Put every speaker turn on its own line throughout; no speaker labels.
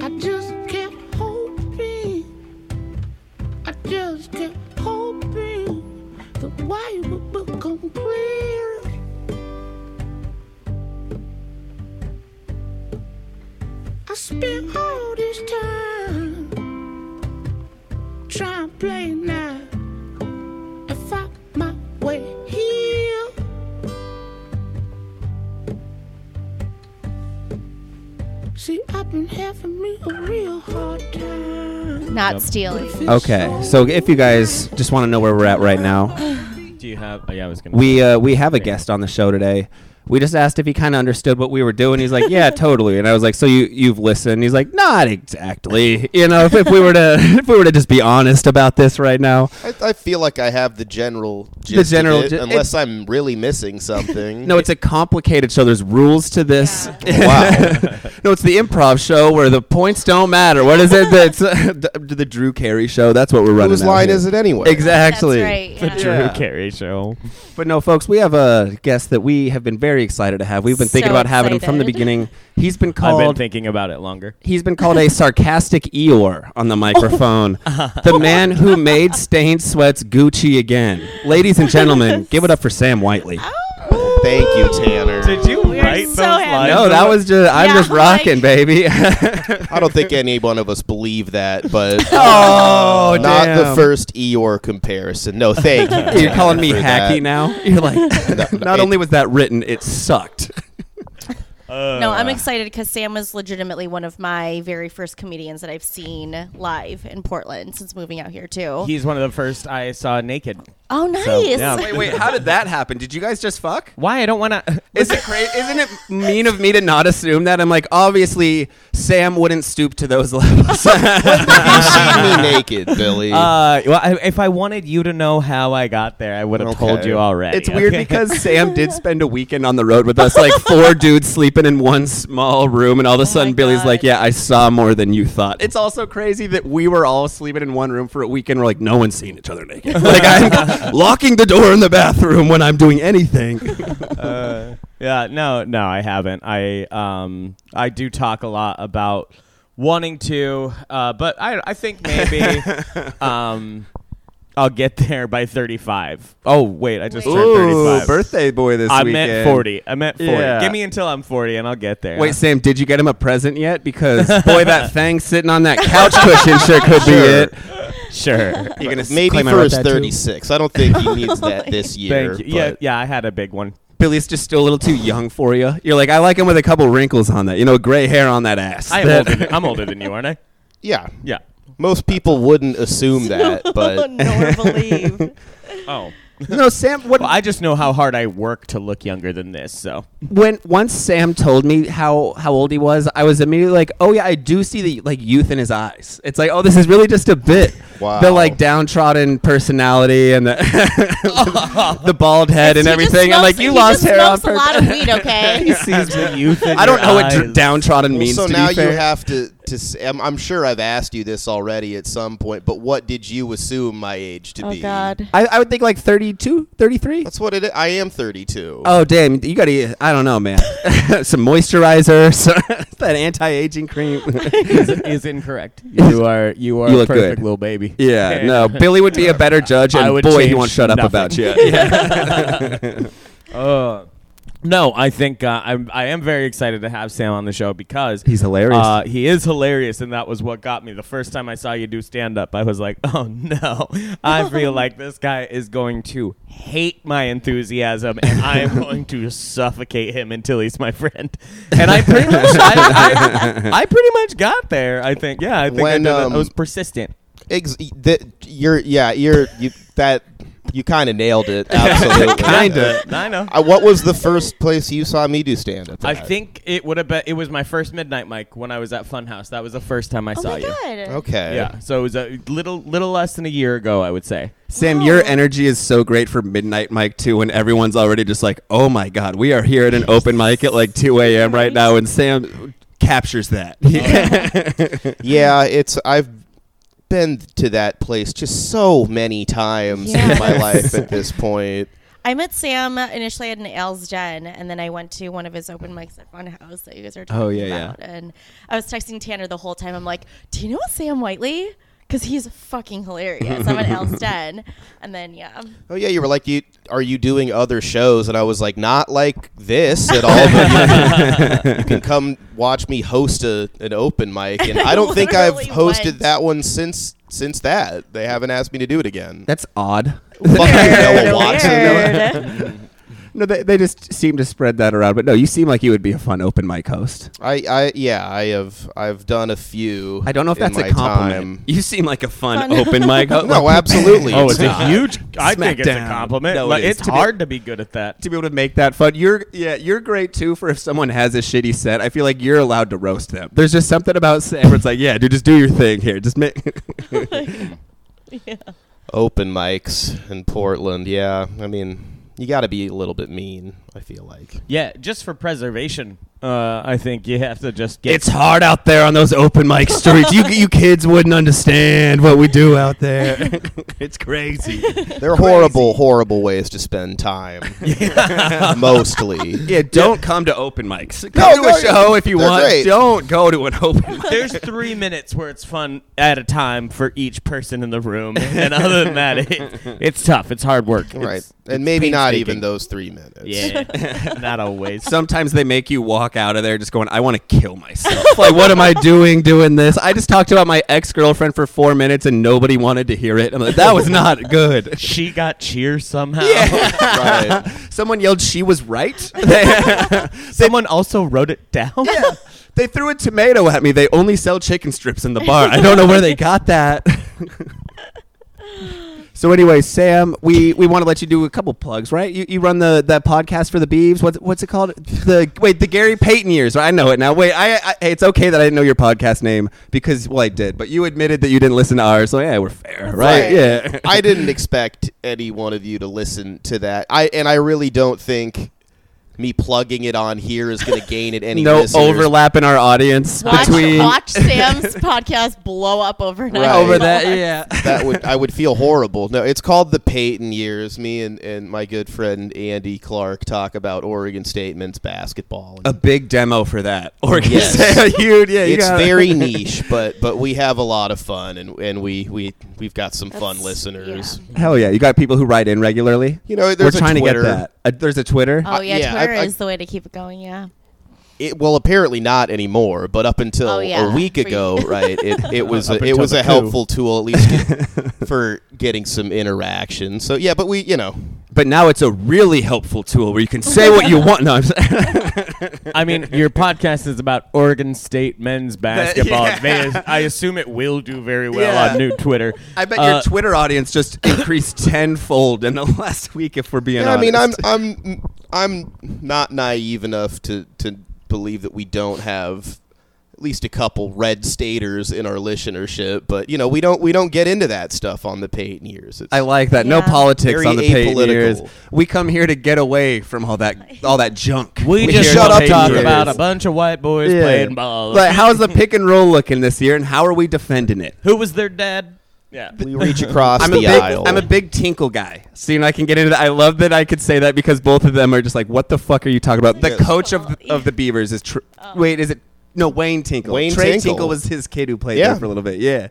I just kept hoping, I just kept hoping the way would become clear. I spent all this time trying to play now. If I my way here. See, I've been having me a real hard time.
Not
Yep.
stealing.
Okay, so if you guys just want to know where we're at right now,
Do you have? Oh, yeah, I was gonna.
we uh, we have a guest on the show today. We just asked if he kind of understood what we were doing. He's like, "Yeah, totally." And I was like, "So you you've listened?" He's like, "Not exactly." You know, if, if we were to if we were to just be honest about this right now,
I, I feel like I have the general gist
general
of it,
gi-
unless
it's-
I'm really missing something.
no, it's a complicated show. There's rules to this.
Wow.
no, it's the improv show where the points don't matter. What is it? That's uh, the, the Drew Carey show. That's what we're running.
whose
out
line
here.
is it anyway?
Exactly.
That's right.
Drew
Yeah.
Yeah.
Carey show.
But no, folks, we have a guest that we have been very excited to have. We've been thinking
So
about having him from the
excited.
beginning. He's been
I've
called.
been thinking about it longer.
He's been called a sarcastic Eeyore on the microphone. the man who made Stained Sweats Gucci again. Ladies and gentlemen, give it up for Sam Whiteley.
Oh.
Thank you, Tanner.
Did you
We are so
write those lines?
happy.
No, that was just, I'm
Yeah,
just rocking,
like-
baby.
I don't think any one of us believe that, but
oh,
not the
damn.
first Eeyore comparison. No, thank you.
You're calling me
for
hacky
that.
now? You're like,
No,
not
it-
only was that written, it sucked.
No, I'm excited because Sam was legitimately one of my very first comedians that I've seen live in Portland since moving out here too.
He's one of the first I saw naked.
oh, nice.
So, yeah.
wait, wait, how did that happen? Did you guys just fuck?
Why I don't want to.
Is it cra- isn't it mean of me to not assume that? I'm like, obviously, Sam wouldn't stoop to those levels.
You've seen me naked, Billy.
Uh, well, I, if I wanted you to know how I got there, I would have told
Okay.
you already.
it's weird
okay?
because Sam did spend a weekend on the road with us, like four dudes sleeping in one small room, and
Oh
all of a sudden
my
Billy's
God.
like, "Yeah, I saw more than you thought." It's also crazy that we were all sleeping in one room for a weekend. We're like, no one's seen each other naked. like I'm locking the door in the bathroom when I'm doing anything.
Uh, yeah, no, no, I haven't. I um, I do talk a lot about wanting to, uh, but I, I think maybe um, I'll get there by 35. Oh wait, I just turned 35.
birthday boy this
I meant 40. I meant 40.
Yeah.
Give me until I'm 40 and I'll get there.
Wait, Sam, did you get him a present yet? Because boy, that thing sitting on that couch cushion sure could be it.
sure.
You're gonna s-
Maybe
claim I
for
wrote
his
that too?
36. I don't think he needs that this year.
Thank you. Yeah,
but-
yeah, I had a big one.
Billy's just still a little too young for you. You're like, I like him with a couple wrinkles on that. You know, gray hair on that ass.
I am
That-
older than, I'm older than you, aren't I?
yeah.
Yeah.
Most people wouldn't assume that, but
nor believe.
Oh.
no, Sam. What
Well, I just know how hard I work to look younger than this, so.
when once Sam told me how how old he was, I was immediately like, oh yeah, I do see the like youth in his eyes. It's like, oh, this is really just a bit.
Wow.
The like downtrodden personality and the, the bald head and
He just
everything. I'm
smokes-
like, you
he
lost
just
hair on
smokes
purpose.
a lot of weed, okay?
sees the youth
I don't know what dr- downtrodden
Well,
means.
so
to
now
be
you
fair.
have to to. s- I'm, I'm sure I've asked you this already at some point, but what did you assume my age to
oh
be?
God.
I, I would think like 32, 33.
That's what it. Is. I am 32.
Oh damn! You gotta. I don't know, man. some moisturizer, some, that anti-aging cream.
is, is incorrect. You are you are
You
a
look
perfect
good.
little baby.
yeah, no. Billy would be a better judge,
I
and
would
boy, he
change
won't shut up
nothing.
about you.
Uh, no, I think uh, I'm, I am very excited to have Sam on the show because
He's hilarious.
Uh, he is hilarious, and that was what got me. The first time I saw you do stand up, I was like, oh no, I feel like this guy is going to hate my enthusiasm, and I am going to suffocate him until he's my friend. And I pretty much, I, I, I pretty much got there. I think, yeah, I think I,
When,
did it.
um,
I was persistent.
Ex- the, you're yeah. You're you that. You kind of nailed it. Absolutely.
Kinda.
I know.
I, what was the first place you saw me do stand up?
I think it would have been. It was my first midnight mic when I was at Funhouse. That was the first time I
Oh
saw
my
you.
God.
Okay.
Yeah, so it was a little little less than a year ago, I would say.
Sam, your energy is so great for midnight mic too, when everyone's already just like, "Oh my god, we are here at an open mic at like 2 a.m. right now," and Sam captures that.
Yeah, it's I've been to that place just so many times in my
Yes.
life at this point.
I met Sam initially at an Al's Den, and then I went to one of his open mics at Funhouse that you guys are talking
Oh, yeah, yeah.
about. And I was texting Tanner the whole time. I'm like, "Do you know what Sam Whiteley?" Because he's fucking hilarious. I'm at Al's Den, and then yeah,
Oh yeah, you were like, you are you doing other shows? And I was like, not like this at all. But you, can, you can come watch me host a, an open mic, and I don't think I've
Literally
hosted
went.
that one since since that. They haven't asked me to do it again.
That's odd.
Fucking Noah
Weird,
Watson.
weird.
No, they, they just seem to spread that around. But no, you seem like you would be a fun open mic host.
I, I yeah, I have I've done a few.
I don't know if
in
that's
my
a compliment.
time.
You seem like a fun,
Fun.
open mic host.
No, absolutely.
Oh, it's
not.
a huge. I think it's a
Smackdown.
compliment.
No, it
Like,
is.
it's
To be-
hard to be good at that.
to be able to make that fun. You're yeah, you're great too for if someone has a shitty set. I feel like you're allowed to roast them. There's just something about Sam where it's like, yeah, dude, just do your thing here. Just make
open mics in Portland. Yeah, I mean, you got to be a little bit mean. I feel like.
Yeah, just for preservation. Uh, I think you have to just get.
It's hard out there on those open mic streets. you you kids wouldn't understand what we do out there. it's crazy.
They're horrible, horrible ways to spend time. Mostly.
Yeah, don't come to open mics. Come
No,
to
go-
a show if you
they're
want.
great.
Don't go to an open mic.
There's three minutes where it's fun at a time for each person in the room, and other than that, it, it's tough. It's hard work.
Right.
It's-
and maybe not
painstaking.
even those three minutes.
Yeah, not always.
Sometimes they make you walk out of there just going, I want to kill myself. like, what am I doing doing this? I just talked about my ex girlfriend for four minutes and nobody wanted to hear it. I'm like, that was not good.
she got cheer somehow.
Right.
Someone yelled, she was right. They,
Someone also wrote it down.
yeah. they threw a tomato at me. They only sell chicken strips in the bar. I don't know where they got that. So anyway, Sam, we, we want to let you do a couple plugs, right? You, you run the that podcast for the Beeves. What's what's it called? The wait, the Gary Payton years. I know it now. Wait, I, I hey, it's okay that I didn't know your podcast name because well, I did, but you admitted that you didn't listen to ours, so yeah, we're fair, right?
Right.
Yeah.
I didn't expect any one of you to listen to that. I and I really don't think me plugging it on here is going to gain it any
no
listeners.
overlap in our audience
Watch,
between
watch Sam's podcast blow up overnight.
Right.
over that. Yeah.
That would I would feel horrible. No, it's called the Peyton years. Me and, and my good friend Andy Clark talk about Oregon State men's basketball.
A big demo for that. Or
Yes.
a huge, yeah, you
it's
gotta-
very niche, but but we have a lot of fun, and and we we we've got some fun
That's-
listeners.
Hell yeah! You got people who write in regularly.
You know, there's
We're
a
trying
Twitter.
to get that. Uh, there's a Twitter.
Oh yeah,
Yeah, I-
Twitter
I-
is the way to keep it going. Yeah.
It, well, apparently not anymore, but up until
Oh, yeah.
a week
For
ago,
you.
right? It it was
Up
a, it
until
was
the
a helpful tool at least for getting some interaction. So yeah, but we you know
but now it's a really helpful tool where you can say what you want. No, I'm saying.
I mean, your podcast is about Oregon State men's basketball.
yeah.
They- I assume it will do very well
Yeah.
on new Twitter.
I bet
Uh,
your Twitter audience just increased tenfold in the last week. If we're being
yeah, I
honest,
mean I'm I'm I'm not naive enough to to believe that we don't have at least a couple red staters in our listenership, but you know we don't we don't get into that stuff on the Peyton years. It's,
I like that. No
Yeah.
politics
Very
on the paid
apolitical.
years. We come here to get away from all that all that junk.
We,
hear
just
the
shut up
paid
talk
years.
about a bunch of white boys
Yeah.
playing ball.
Like, how's the pick and roll looking this year, and how are we defending it?
Who was their dad? Yeah.
we reach across
I'm a
the
big
aisle.
I'm a big Tinkle guy. So you know I can get into that. I love that I could say that because both of them are just like, what the fuck are you talking about? The
Yes.
coach of the, of the Beavers is tr- wait, is it no Wayne Tinkle?
Wayne
Trey
Tinkle.
was his kid who played
Yeah.
there for a little bit. Yeah,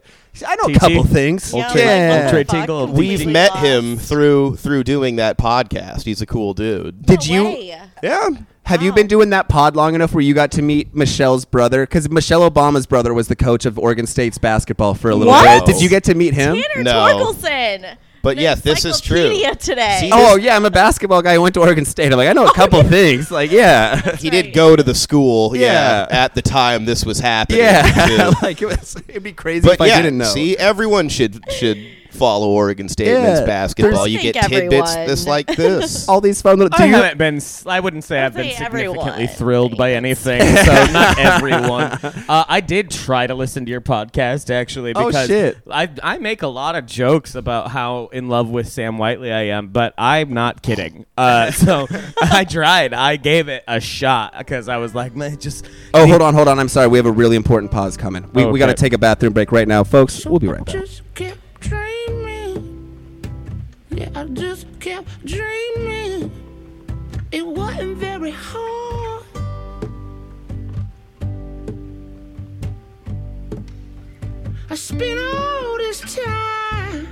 I know
TT?
a couple things.
Old
Yeah,
Trey-
like,
yeah.
Old Trey
fuck,
Tingle.
completely
We've met
lost.
him through through doing that podcast. He's a cool dude.
No
Did you-
way.
Yeah.
Have you
Wow.
been doing that pod long enough where you got to meet Michelle's brother? Because Michelle Obama's brother was the coach of Oregon State's basketball for a little
What?
bit. Did you get to meet him?
Tanner
No.
Torkelson.
But
An
yeah, this is true.
encyclopedia Today.
See,
Oh yeah, I'm a basketball guy. I went to Oregon State. I'm like, I know a couple things. Like, yeah.
He did go to the school, yeah,
Yeah.
at the time this was happening.
Yeah,
too.
like it was, it'd be crazy
but
if I
yeah,
didn't know.
see, everyone should should follow Oregon State
Yeah.
men's basketball.
There's-
You get
I think
tidbits
everyone.
this like this.
all these fun little. Do
I
you,
haven't been. s- I wouldn't say I've been
say
significantly
everyone,
thrilled by
but-
anything. So not everyone. Uh, I did try to listen to your podcast actually
Oh,
because
shit.
I I make a lot of jokes about how in love with Sam Whiteley I am, but I'm not kidding. Uh, so I tried. I gave it a shot because I was like, man, just
oh, hold on, hold on. I'm sorry. We have a really important pause coming. We, we
Okay.
got to take a bathroom break right now, folks. We'll be right back.
Just kept dreaming. Yeah, I just kept dreaming. very hard. I spent all this time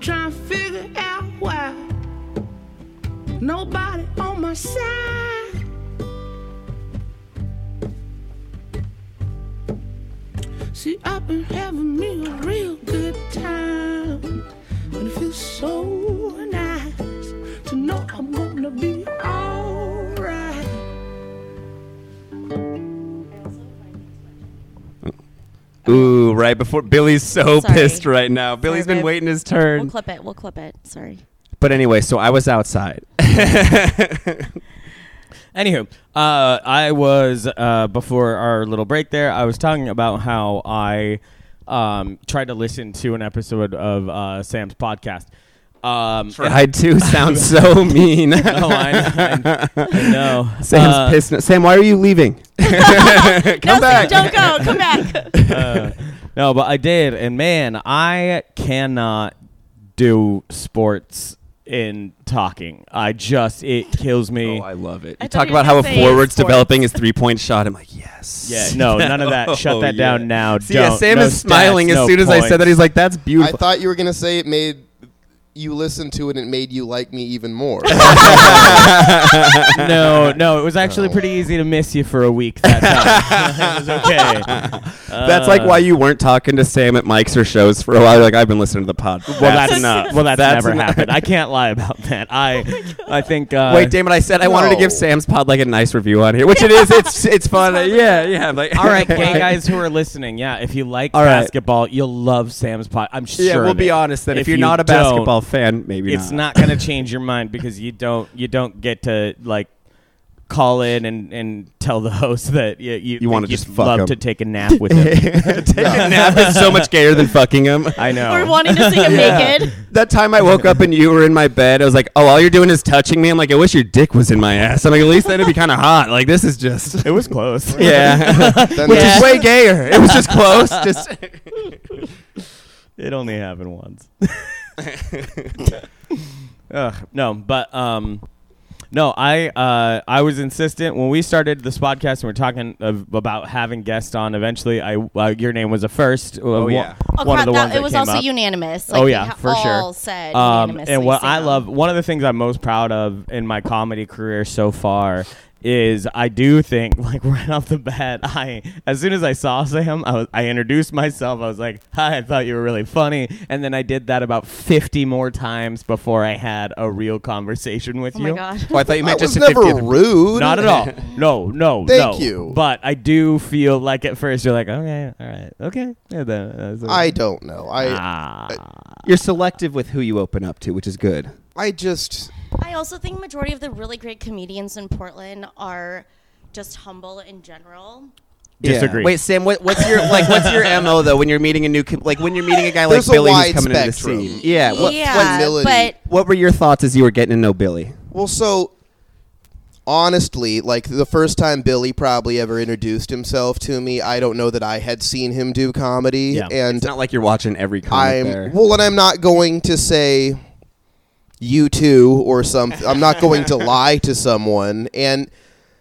trying to figure out why nobody on my side. See, I've been having me a real good time, and it feels so nice to know I'm gonna be alright.
Ooh, right before Billy's so
Sorry.
pissed right now. Billy's been
babe.
waiting his turn.
We'll clip it. We'll clip it. Sorry.
But anyway, so I was outside.
Anywho, uh, I was uh, before our little break there. I was talking about how I um, tried to listen to an episode of uh, Sam's podcast. Um,
I do sound so mean.
oh, I, I, I know.
Sam's
Uh,
pissed. now- Sam, why are you leaving?
Come back. Don't go. Come back.
uh, No, but I did, and man, I cannot do sports in talking. I just it kills me.
Oh, I love it.
I
You
thought
talk
you were
about how a
gonna say
forward's
sports.
developing his three point shot. I'm like, yes.
yeah, no, none of that. Shut
Oh,
that
yeah.
down now.
See,
Don't.
yeah, Sam
No
is smiling
stats,
as
no
soon as I said that.
points.
He's like, that's beautiful.
I thought you were gonna say it made you listen to it and it made you like me even more.
no, no, it was
Oh.
actually pretty easy to miss you for a week that time. it was okay.
that's like
Uh.
why you weren't talking to Sam at Mike's or shows for a while. You're like, I've been listening to the pod.
Well, that's, enough. Well, that's,
That's
never
enough. Oh
happened. I can't lie about that. I, I think. Uh,
Wait, damn it! I said I wanted to
No.
give Sam's pod like a nice review on here, which it is. It's it's fun. yeah, yeah. I'm like,
All right, gay guys who are listening, yeah, if you like
All right.
basketball, you'll love Sam's pod. I'm sure.
Yeah, we'll
of
be
it.
honest then. If, you're
you
not a
don't,
basketball fan, maybe
it's not going to change your mind because you don't you don't get to like call in and, and tell the host that you you,
You wanna
think you'd
just fuck
love
'em.
to take a nap with him.
Taking a nap is so much gayer than fucking him.
I know.
We're wanting to see him naked.
That time I woke up and you were in my bed, I was like, "Oh, all you're doing is touching me." I'm like, "I wish your dick was in my ass." I'm like, "At least that'd be kind of hot." Like this is just,
it was close.
yeah,
Then
which
there's-
is way gayer. It was just close. Just
It only happened once. Ugh, no, but um, no, I uh, I was insistent when we started this podcast and we are talking of, about having guests on. Eventually, I uh, your name was a first. Oh
yeah.
Oh,
one
crap,
of the
that-
ones that
it was
came
also
up.
unanimous.
oh
Like,
yeah,
they
for
all
sure.
Said
Um,
unanimously Oh
and what I
Sam.
love, one of the things I'm most proud of in my comedy career so far is I do think like right off the bat, I as soon as I saw Sam, I was I introduced myself. I was like, "Hi, I thought you were really funny," and then I did that about 50 more times before I had a real conversation with
Oh
you.
my god.
I thought you
I
meant
was
just
never rude.
Not at all. No, no,
Thank
no.
you.
But I do feel like at first you're like, okay, all right, okay. Yeah, that- that's
I don't know. I
ah.
You're selective with who you open up to, which is good.
I just
I also think majority of the really great comedians in Portland are just humble in general.
Disagree.
Wait, Sam, what, what's your like? What's your mo though when you're meeting a new com- like when you're meeting a guy like
There's a
Billy who's
wide
coming
spectrum.
into the scene? Yeah. What,
yeah,
humility.
but
what were your thoughts as you were getting to know Billy?
well, so honestly, like the first time Billy probably ever introduced himself to me, I don't know that I had seen him do comedy,
Yeah.
and
It's not like you're watching every comic
I'm
there.
well, and I'm not going to say you too or something. I'm not going to lie to someone, and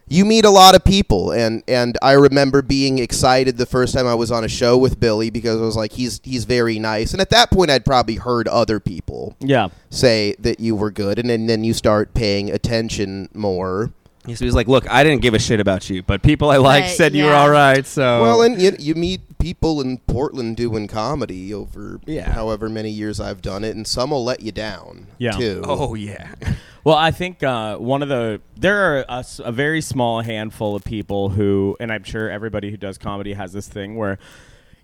you meet a lot of people, and and I remember being excited the first time I was on a show with Billy because I was like, he's he's very nice, and at that point I'd probably heard other people
yeah.
say that you were good, and, then then you start paying attention more.
So he was like, "Look, I didn't give a shit about you, but people I like
But,
said you were
yeah.
all right." So
Well, and you, you meet people in Portland doing comedy over
Yeah.
however many years I've done it, and some will let you down
Yeah.
too.
oh yeah,
Well, I think uh, one of the there are a, s- a very small handful of people who, and I'm sure everybody who does comedy has this thing where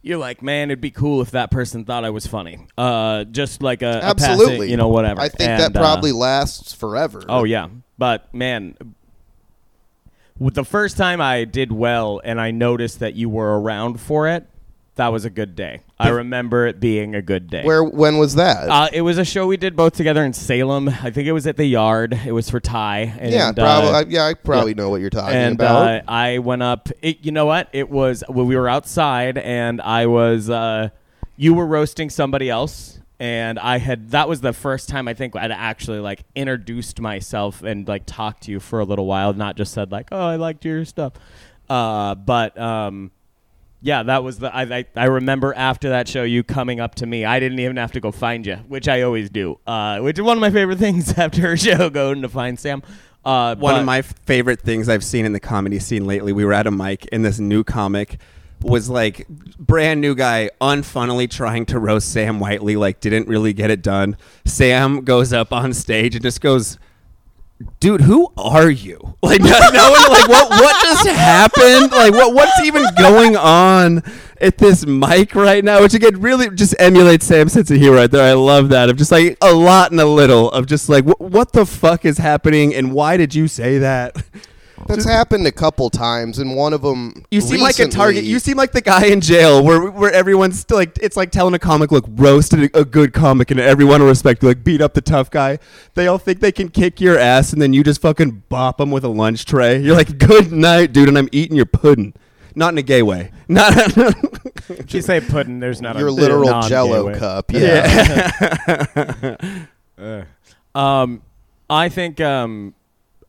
you're like, man, it'd be cool if that person thought I was funny. Uh, just like a a passing,
absolutely
you know, whatever.
i think
And,
that
uh,
probably lasts forever
Oh yeah, but man, with the first time I did well, and I noticed that you were around for it. That was a good day. I remember it being a good day.
where when was that
Uh, it was a show we did both together in Salem. I think it was at the Yard. It was for Ty. And,
yeah
uh,
probably I, yeah i probably know what you're talking
and
about
uh, I went up. It, you know what? It was well, we were outside, and I was. Uh, you were roasting somebody else, and I had that was the first time I think I'd actually like introduced myself and like talked to you for a little while, not just said like, "Oh, I liked your stuff," uh, but um, yeah, that was the I, I I remember after that show you coming up to me. I didn't even have to go find you, which I always do, uh, which is one of my favorite things after a show going to find Sam. Uh,
One
but-
of my f- favorite things I've seen in the comedy scene lately, we were at a mic and this new comic was like brand new guy unfunnily trying to roast Sam Whiteley, like didn't really get it done. Sam goes up on stage and just goes, Dude, who are you? Like no, no one like what what just happened? Like what what's even going on at this mic right now? Which again really just emulates Sam's sense of humor right there. I love that. Of just like a lot and a little of just like wh- what the fuck is happening and why did you say that?
That's happened a couple times, and one of them.
You seem like a target. You seem like the guy in jail where where everyone's still like it's like telling a comic look roasted a, a good comic and everyone will respect you, like beat up the tough guy. They all think they can kick your ass and then you just fucking bop them with a lunch tray. You're like good night, dude, and I'm eating your pudding. Not in a gay way. Not
you say pudding, there's not
your
a
literal
non-gay
Jello
way.
cup. Yeah.
Um, I think um,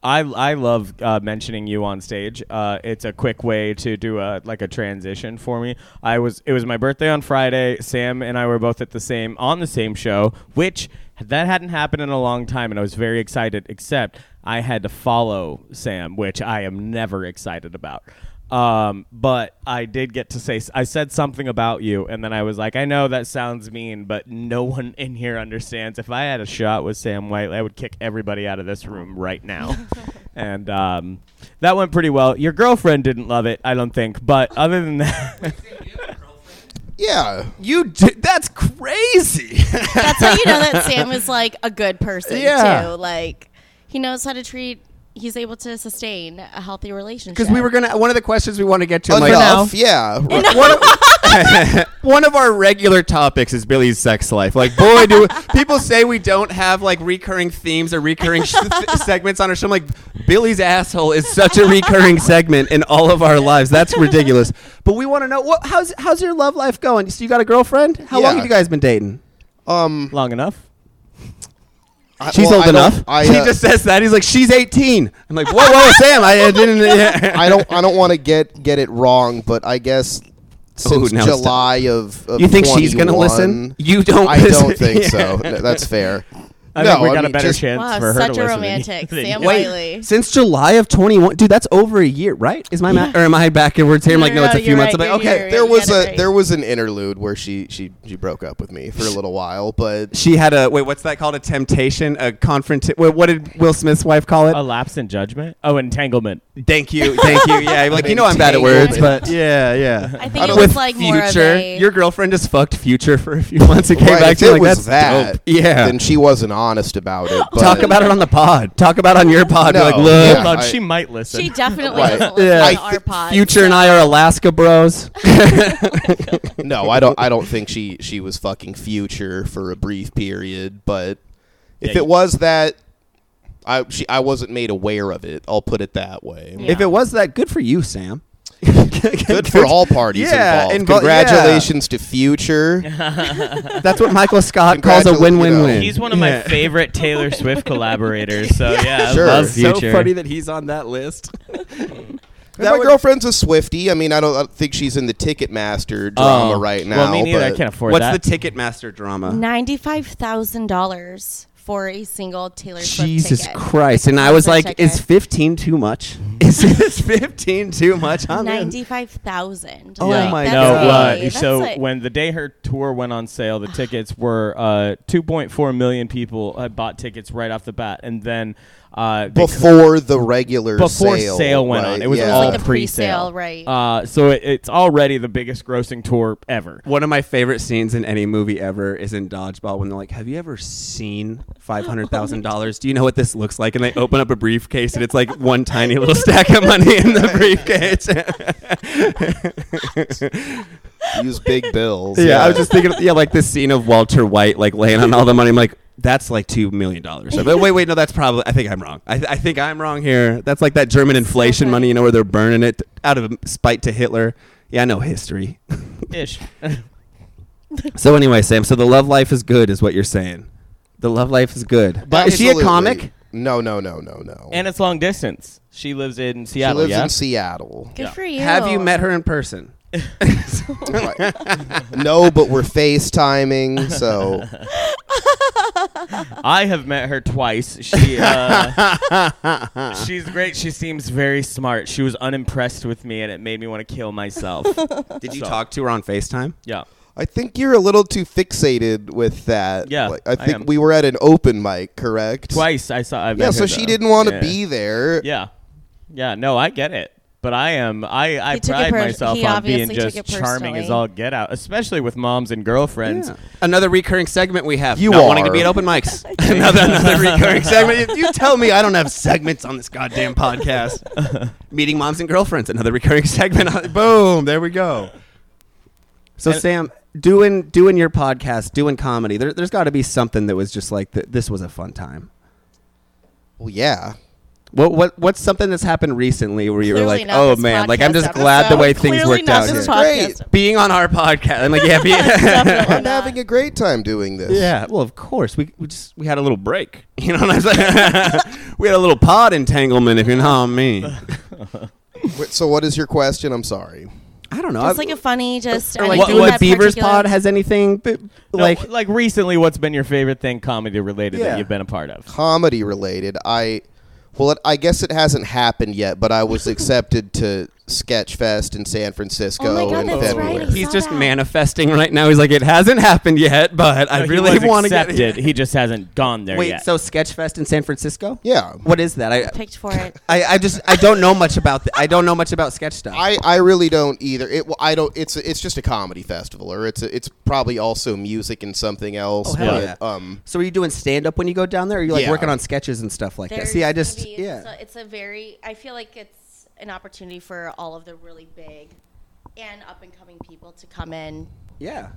I I love uh, mentioning you on stage. Uh, it's a quick way to do a like a transition for me. I was it was my birthday on Friday. Sam and I were both at the same on the same show, which that hadn't happened in a long time, and I was very excited. Except I had to follow Sam, which I am never excited about. Um, but I did get to say I said something about you, and then I was like, I know that sounds mean, but no one in here understands. If I had a shot with Sam White, I would kick everybody out of this room right now. and um, that went pretty well. Your girlfriend didn't love it, I don't think. But other than that,
yeah.
you did, that's crazy.
That's how you know that Sam is like a good person
Yeah.
too. Like he knows how to treat. He's able to sustain a healthy relationship.
Because we were gonna one of the questions we want to get to like
Enough. Yeah. Right.
one, of, one of our regular topics is Billy's sex life. Like, boy, do people say we don't have like recurring themes or recurring sh- segments on our show. I'm like, Billy's asshole is such a recurring segment in all of our lives. That's ridiculous. But we want to know what how's how's your love life going? So you got a girlfriend? How long
Yeah.
have you guys been dating?
Um.
long enough.
I-
She's
well,
old
I don't-
enough.
I,
she
uh,
just says that. He's like, she's 18. I'm like, whoa, whoa, Sam, I uh, didn't. yeah.
I don't. I don't want to get get it wrong, but I guess since
now it's time.
July of, of
Oh, You think she's gonna
21,
listen? You don't
I
listen.
don't think
Yeah.
so. No, that's fair.
I
no,
think we
I
got a
mean,
better
just-
chance
Wow,
for her
such
to
a
listen
romantic.
than
Sam
you.
Wait.
Wait, since July of 21, dude, that's over a year, right? Is my math or am I backwards here? I'm
No,
like,
no,
no, it's
no,
a few
you're
months.
right,
I'm like,
you're
okay,
right,
there-
There
You
was
got it
a
right.
there was an interlude where she she she broke up with me for a little while, but
she had a wait. What's that called? A temptation, a confront. Wait, what did Will Smith's wife call it?
A lapse in judgment. Oh, entanglement.
thank you, thank you. Yeah, like you know, I'm bad at words, but yeah, yeah.
I think
I
it
don't-
was like more of
Future,
a.
your girlfriend just fucked Future for a few months and came
Right,
back
if
to you
it
like that's
was that.
dope. Yeah,
then she wasn't honest about it. But
talk about it on the pod. Talk about it on your pod. Be
No,
like, look,
Yeah,
Hold on,
I-
she might listen.
she definitely
Right.
doesn't listen
Yeah.
to
I
our
thi-
pod.
Future and I are Alaska bros.
no, I don't. I don't think she she was fucking future for a brief period. But if
Yeah,
it
you-
was that, I she I wasn't made aware of it. I'll put it that way.
Yeah.
If it was that, good for you, Sam.
Good for all parties
Yeah,
involved.
invo- yeah.
Congratulations to future.
That's what Michael Scott calls a
Congratulations, you know.
win-win-win.
He's one of my
Yeah.
favorite Taylor Swift collaborators. So yeah,
Sure.
love
That's
future.
that he's on that list.
And my girlfriend's a Swifty. I mean, I don't, I don't think she's in the Ticketmaster drama
Oh.
right now.
Well, me neither. I
but-
can't afford
What's
that.
the Ticketmaster drama?
Ninety-five thousand dollars for a single Taylor Swift
Jesus
ticket.
Christ! And I was
Concert
like, "Is
ticket.
fifteen too much? Is is fifteen too much?" I'm in.
Ninety-five thousand.
Oh
like,
my
that's
no,
God.
uh,
way- that's
so
like-
when the day her tour went on sale, the tickets were uh, 2.4 million people had bought tickets right off the bat, and then uh, they
before the regular
before
sale,
sale, went
right?
on. It was
Yeah.
all
Like the pre-sale,
pre-sale,
right.
Uh, so it, it's already the biggest grossing tour ever.
One of my favorite scenes in any movie ever is in Dodgeball when they're like, "Have you ever seen five hundred thousand dollars? Do you know what this looks like?" And they open up a briefcase, and it's like one tiny little stack of money in the briefcase.
use big bills.
Yeah, I was just thinking, yeah, like this scene of Walter White like laying on all the money. I'm like, that's like two million dollars. But wait, wait, no, that's probably. I think I'm wrong. I, I think I'm wrong here. That's like that German inflation
Okay.
money, you know, where they're burning it out of spite to Hitler. Yeah, I know history.
Ish.
So anyway, Sam. So the love life is good, is what you're saying. The love life is good.
But
is she a comic?
No, no, no, no, no.
And it's long distance. She lives in
she
Seattle.
lives
yeah?
in Seattle.
Good for you.
Have you met her in person?
no, but we're FaceTiming, so
I have met her twice. She uh, she's great. She seems very smart. She was unimpressed with me, and it made me want to kill myself.
Did you
So-
talk to her on Facetime?
yeah.
I think you're a little too fixated with that.
Yeah,
Like,
I
I think
am.
we were at an open mic, correct?
Twice I saw. I've
Yeah,
met
so
her,
she
though.
didn't want to
Yeah.
be there.
Yeah, yeah. No, I get it. But I am. I I
He took it
pride
pers-
myself
he
on being
obviously took
just
it
charming as
personally.
all get out, especially with moms and girlfriends.
Yeah. Another recurring segment we have.
You
not wanting to
are.
be at open mics. another, another recurring segment. If you tell me I don't have segments on this goddamn podcast. Meeting moms and girlfriends. Another recurring segment. On, boom. There we go. So
And-
Sam, doing doing your podcast, doing comedy. There, there's got to be something that was just like th- this was a fun time.
Well, yeah.
What what what's something that's happened recently where you were
Clearly
like,
not
oh
this
man, like I'm
podcast
just glad the
episode.
way things
Clearly
worked
not
out
this
here.
podcast.
Being on our podcast, I'm like, yeah, be-
Definitely
I'm
not.
having a great time doing this.
Yeah, well, of course. We, we just we had a little break. You know what I'm saying? we had a little pod entanglement, if you know what I mean.
Wait, So what is your question? I'm sorry.
I don't know.
Just
I-
like a funny, just
or
I'm
like
doing
doing what
that
Beaver's
particular-
pod has anything but,
No,
like
like recently, what's been your favorite thing comedy related
Yeah.
that you've been a part of?
Comedy related. I well, it, I guess it hasn't happened yet, but I was accepted to Sketchfest in San Francisco
Oh my God,
in
that's right.
February.
He's
he's just
not.
manifesting right now. He's like, it hasn't happened yet, but I
He
really
was
want to get
accepted. He just hasn't gone there
Wait,
yet.
so Sketchfest in San Francisco?
Yeah.
What is that? I
Picked for it.
I, I just I don't know much about th- I don't know much about sketch stuff.
I, I really don't either. It well, I don't. It's it's just a comedy festival, or it's it's probably also music and something else.
Oh, hell
but,
yeah.
Um,
so are you doing stand up when you go down there? Or are you like
Yeah.
working on sketches and stuff like that?
There's
See, I
gonna
just
be-
yeah.
It's a, it's a very. I feel like it's an opportunity for all of the really big and up and coming people to come in.
Yeah.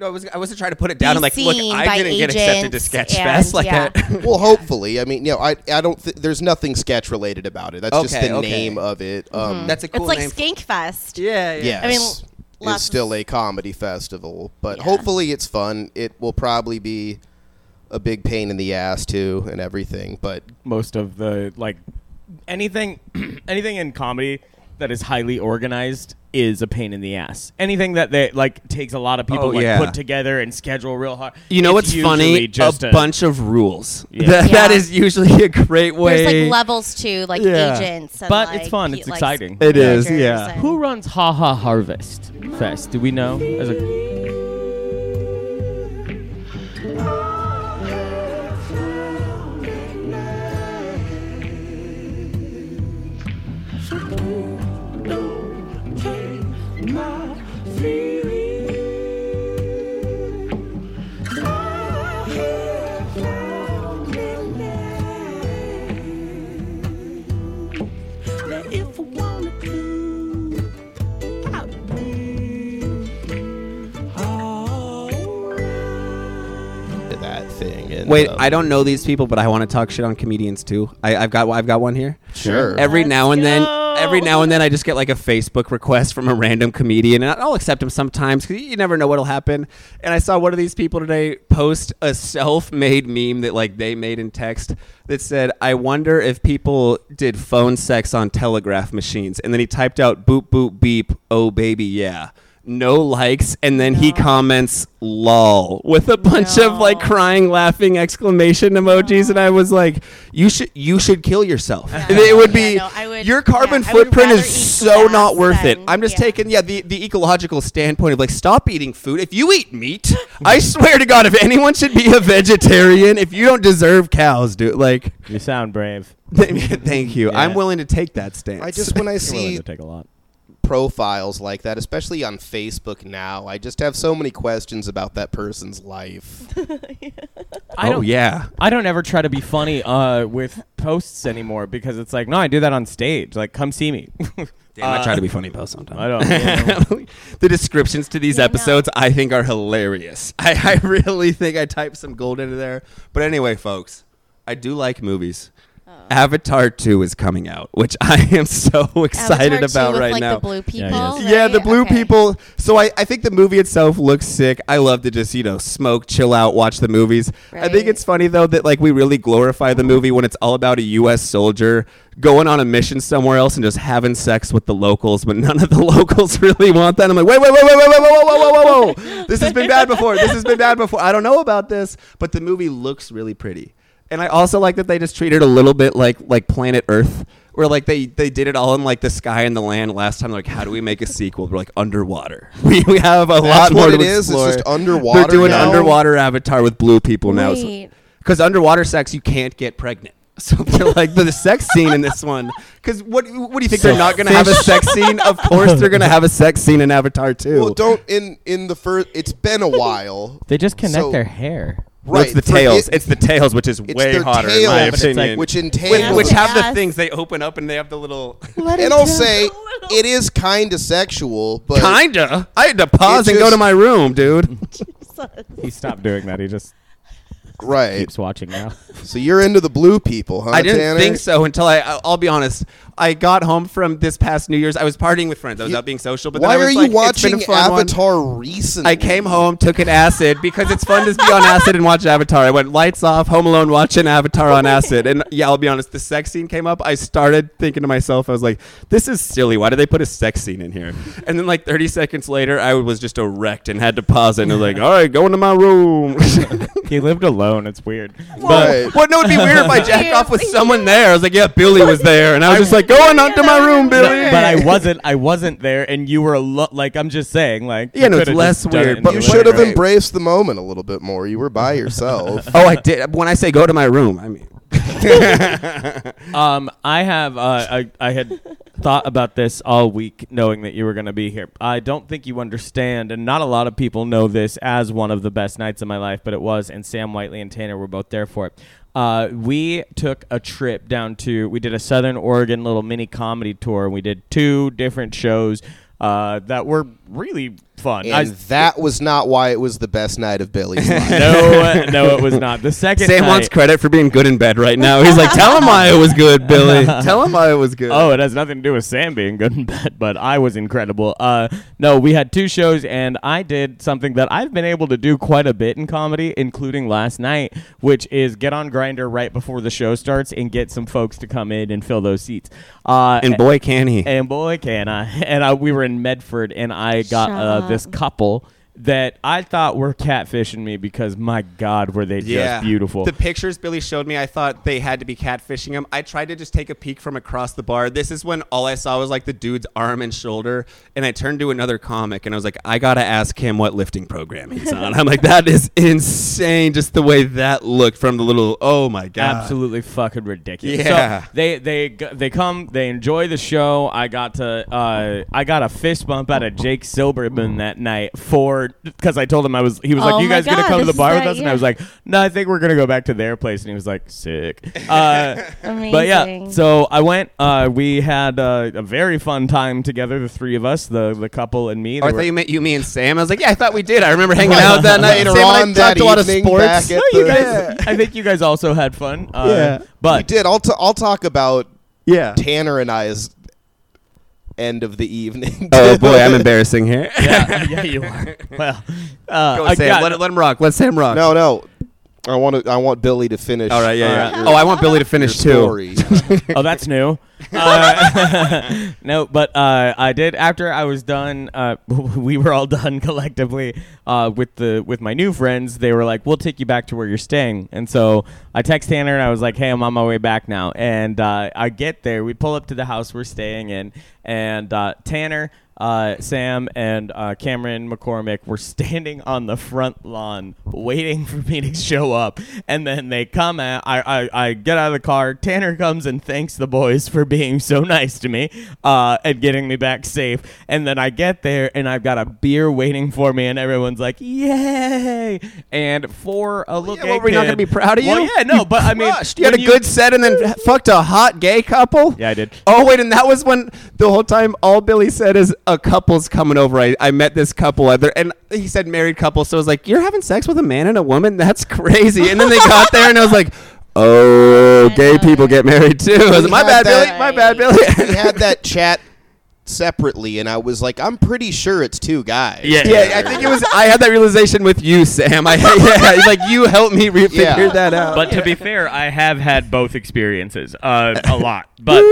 No, I was I wasn't trying to put it down. I'm like, look,
seen
I
by
didn't get accepted to
agents
Sketchfest
and-
like
yeah. Mm.
that.
well, hopefully. I mean, you know, I I don't. Th- there's nothing sketch related about it. That's just
Okay,
the
okay.
name of it. Um,
That's a cool
it's like
name.
Skinkfest.
yeah, yeah.
yes.
I mean, lots
it's
of-
still a comedy festival, but
Yeah.
hopefully it's fun. It will probably be a big pain in the ass too, and everything. But
most of the like anything anything in comedy that is highly organized is a pain in the ass. Anything that they like takes a lot of people
Oh,
like
yeah.
put together and schedule real hard.
You know
It's
what's funny?
usually Just
a, bunch of rules.
Yeah.
That, that
Yeah.
is usually a great way.
There's like levels to like
Yeah.
agents. And
But
like,
it's fun.
pe-
It's
like,
exciting.
It is,
managers
yeah.
and-
Who runs Ha Ha Harvest Fest? Do we know? As a,
If I wanted to, I'd be alright.
to that thing. And,
Wait,
um,
I don't know these people, but I want to talk shit on comedians too. I, I've got I've got one here.
Sure.
Every
Let's
now and
go.
then, every now and then, I just get like a Facebook request from a random comedian, and I'll accept him sometimes because you never know what'll happen. And I saw one of these people today post a self-made meme that like they made in text that said, "I wonder if people did phone sex on telegraph machines." And then he typed out "boop boop beep, oh baby yeah." No likes, and then he comments "lol" with a bunch of like
No.
crying, laughing exclamation emojis, and I was like, "You should, you should kill yourself." It would be
Yeah, no, I would-
your carbon
yeah, I would
footprint
rather
is
eat
so
glass
not worth it.
than-
I'm just
yeah.
taking yeah the, the ecological standpoint of like stop eating food. If you eat meat, I swear to God, if anyone should be a vegetarian, if you don't deserve cows, dude, like
you sound brave.
thank you, I'm
Yeah.
willing to take that stance.
I just when I
You're willing
see
to take a lot.
profiles like that, especially on Facebook now. I just have so many questions about that person's life.
I
oh
don't,
yeah,
I don't ever try to be funny uh, with posts anymore because it's like, no, I do that on stage. Like, come see me.
damn, I try to be funny about sometimes.
I don't. yeah.
the descriptions to these
Yeah, no.
episodes I think are hilarious. I,
Oh.
I really think I typed some gold into there. But anyway, folks, I do like movies. Avatar 2 is coming out, which I am so excited
Avatar
about
two with,
right
like,
now.
The blue people.
yes.
Yeah,
right?
the blue
Okay.
people. So I, I think the movie itself looks sick. I love to just, you know, smoke, chill out, watch the movies. I think
Right.
it's funny though that like we really glorify the movie when it's all about a US soldier going on a mission somewhere else and just having sex with the locals, but none of the locals really want that. I'm like, wait, wait, wait, wait, wait, wait, whoa, whoa, whoa, whoa, whoa. This has been bad before. This has been bad before. I don't know about this, but the movie looks really pretty. And I also like that they just treat it a little bit like like Planet Earth, where like they they did it all in like the sky and the land last time. Like, how do we make a sequel? We're like underwater. We, we have a lot
That's
more
what
to
it is.
explore.
It's just underwater.
They're doing
now.
underwater Avatar with blue people now.
Wait.
Because underwater sex, you can't get pregnant. So they're like the, the sex scene in this one. Because what what do you think?
So
they're not going to have a sex scene. Of course, they're going to have a sex scene in Avatar too.
Well, don't in in the first. It's been a while.
They just connect
So-
their hair.
Well, it's
right,
the
for
tails.
it-
it's the tails, which is way
their
hotter in
tails,
my
but it's like-
opinion.
which
Which-
entails.
which have the
Yes.
things they open up and they have the little
and I'll say it is kind of sexual, but
kinda. I had to pause
It
and go to
just-
my room, dude.
He stopped doing that. He just
right.
keeps watching now.
So you're into the blue people, huh?
I didn't
Tanner?
think so until I. I- I'll be honest. I got home from this past New Year's. I was partying with friends. I was
You-
out being social. But
Why
then I
are
was
you
like, it's been a
watching
fun one.
Avatar recently?
I came home, took an acid because it's fun to be on acid and watch Avatar. I went lights off, home alone, watching Avatar on acid. And yeah, I'll be honest, the sex scene came up. I started thinking to myself, I was like, this is silly. Why did they put a sex scene in here? And then like 30 seconds later, I was just erect and had to pause it. And I was like, all right, go into my room.
he lived alone. It's weird.
Right.
what? No, it'd be weird if I jacked off with someone there. I was like, yeah, Billy was there. And I was just like, go on up to my room,
But,
Billy.
but I wasn't. I wasn't there, and you were a lot. Like I'm just saying. Like
Yeah,
you
no, it's
could've
less
just done it
weird,
in
but
the
You
Right.
should have
living room.
embraced the moment a little bit more. You were by yourself.
Oh, I did. When I say go to my room, I mean.
Um, I have. Uh, I I had thought about this all week, knowing that you were going to be here. I don't think you understand, and not a lot of people know this as one of the best nights of my life, but it was. And Sam Whiteley and Tanner were both there for it. Uh, we took a trip down to. We did a Southern Oregon little mini comedy tour, and we did two different shows. Uh, that were really fun.
and
I-
that was not why it was the best night of Billy's life.
no, no, it was not. The second
Sam
night,
wants credit for being good in bed right now. He's like, tell him why it was good, Billy. tell him why it was good.
Oh, it has nothing to do with Sam being good in bed, but I was incredible. Uh, no, we had two shows, and I did something that I've been able to do quite a bit in comedy, including last night, which is get on Grinder right before the show starts and get some folks to come in and fill those seats. Uh,
and boy, can he.
and boy can I! And I, we were in Medford, and I got
Shut
uh,
up.
this couple that I thought were catfishing me because my God, were they just beautiful?
The pictures Billy showed me, I thought they had to be catfishing him. I tried to just take a peek from across the bar. This is when all I saw was like the dude's arm and shoulder. And I turned to another comic and I was like, I gotta ask him what lifting program he's on. I'm like, that is insane, just the way that looked from the little. Oh my god,
absolutely fucking ridiculous.
Yeah.
So they they g- they come, they enjoy the show. I got to uh, I got a fist bump out of Jake Silberman that night for because I told him I was he was
Oh
like you
my
guys gonna
God,
come to the
this is
bar with
that
us and I was
year.
like no I think we're gonna go back to their place and he was like sick. Uh,
Amazing.
but yeah, so I went. Uh, we had uh, a very fun time together, the three of us, the the couple and me. They
Oh, I
were-
thought you meant you, me, and Sam. I was like, yeah, I thought we did. I remember hanging out that night.
Later
Sam and I
on
talked
that
a lot of
evening
sports.
back at
No, Oh, you
the-
guys, I think you guys also had fun. Uh,
Yeah.
but
We did. I'll, t- I'll talk about
Yeah.
Tanner and I's end of the evening.
Oh boy, I'm embarrassing here.
yeah, yeah, you are. Well, uh,
Go
I
Sam.
got-
let, let him rock. Let Sam rock.
no, no. I want to. I want Billy to finish.
All right. Yeah.
uh,
yeah.
your-
oh, I want Billy to finish
your
too.
story.
oh, that's new. Uh, no, but uh, I did after I was done. Uh, we were all done collectively uh, with the with my new friends. They were like, "We'll take you back to where you're staying." And so I text Tanner and I was like, "Hey, I'm on my way back now." And uh, I get there, we pull up to the house we're staying in, and uh, Tanner. Uh, Sam and uh, Cameron McCormick were standing on the front lawn waiting for me to show up, and then they come out. I, I, I get out of the car. Tanner comes and thanks the boys for being so nice to me uh, and getting me back safe. And then I get there and I've got a beer waiting for me, and everyone's like, "Yay!" And for a look,
Yeah, well, we're not gonna be proud of you?
Well, yeah, no, but I mean,
Crushed. You had
when
a good set and then fucked a hot gay couple.
Yeah, I did.
Oh wait, and that was when the whole time all Billy said is a couple's coming over. I, I met this couple other and he said married couple, so I was like, You're having sex with a man and a woman? That's crazy. And then they got there and I was like, Oh oh, gay people get married too. I was like, my
had
bad,
that-
Billy. My bad, Billy.
we had that chat separately, and I was like, I'm pretty sure it's two guys.
Yeah, I think it was. I had that realization with you, Sam. I yeah, like you helped me re-
Yeah.
figure that out.
But to be fair, I have had both experiences uh, a lot. But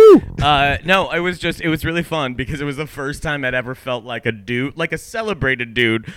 uh, no, it was just it was really fun because it was the first time I'd ever felt like a dude, like a celebrated dude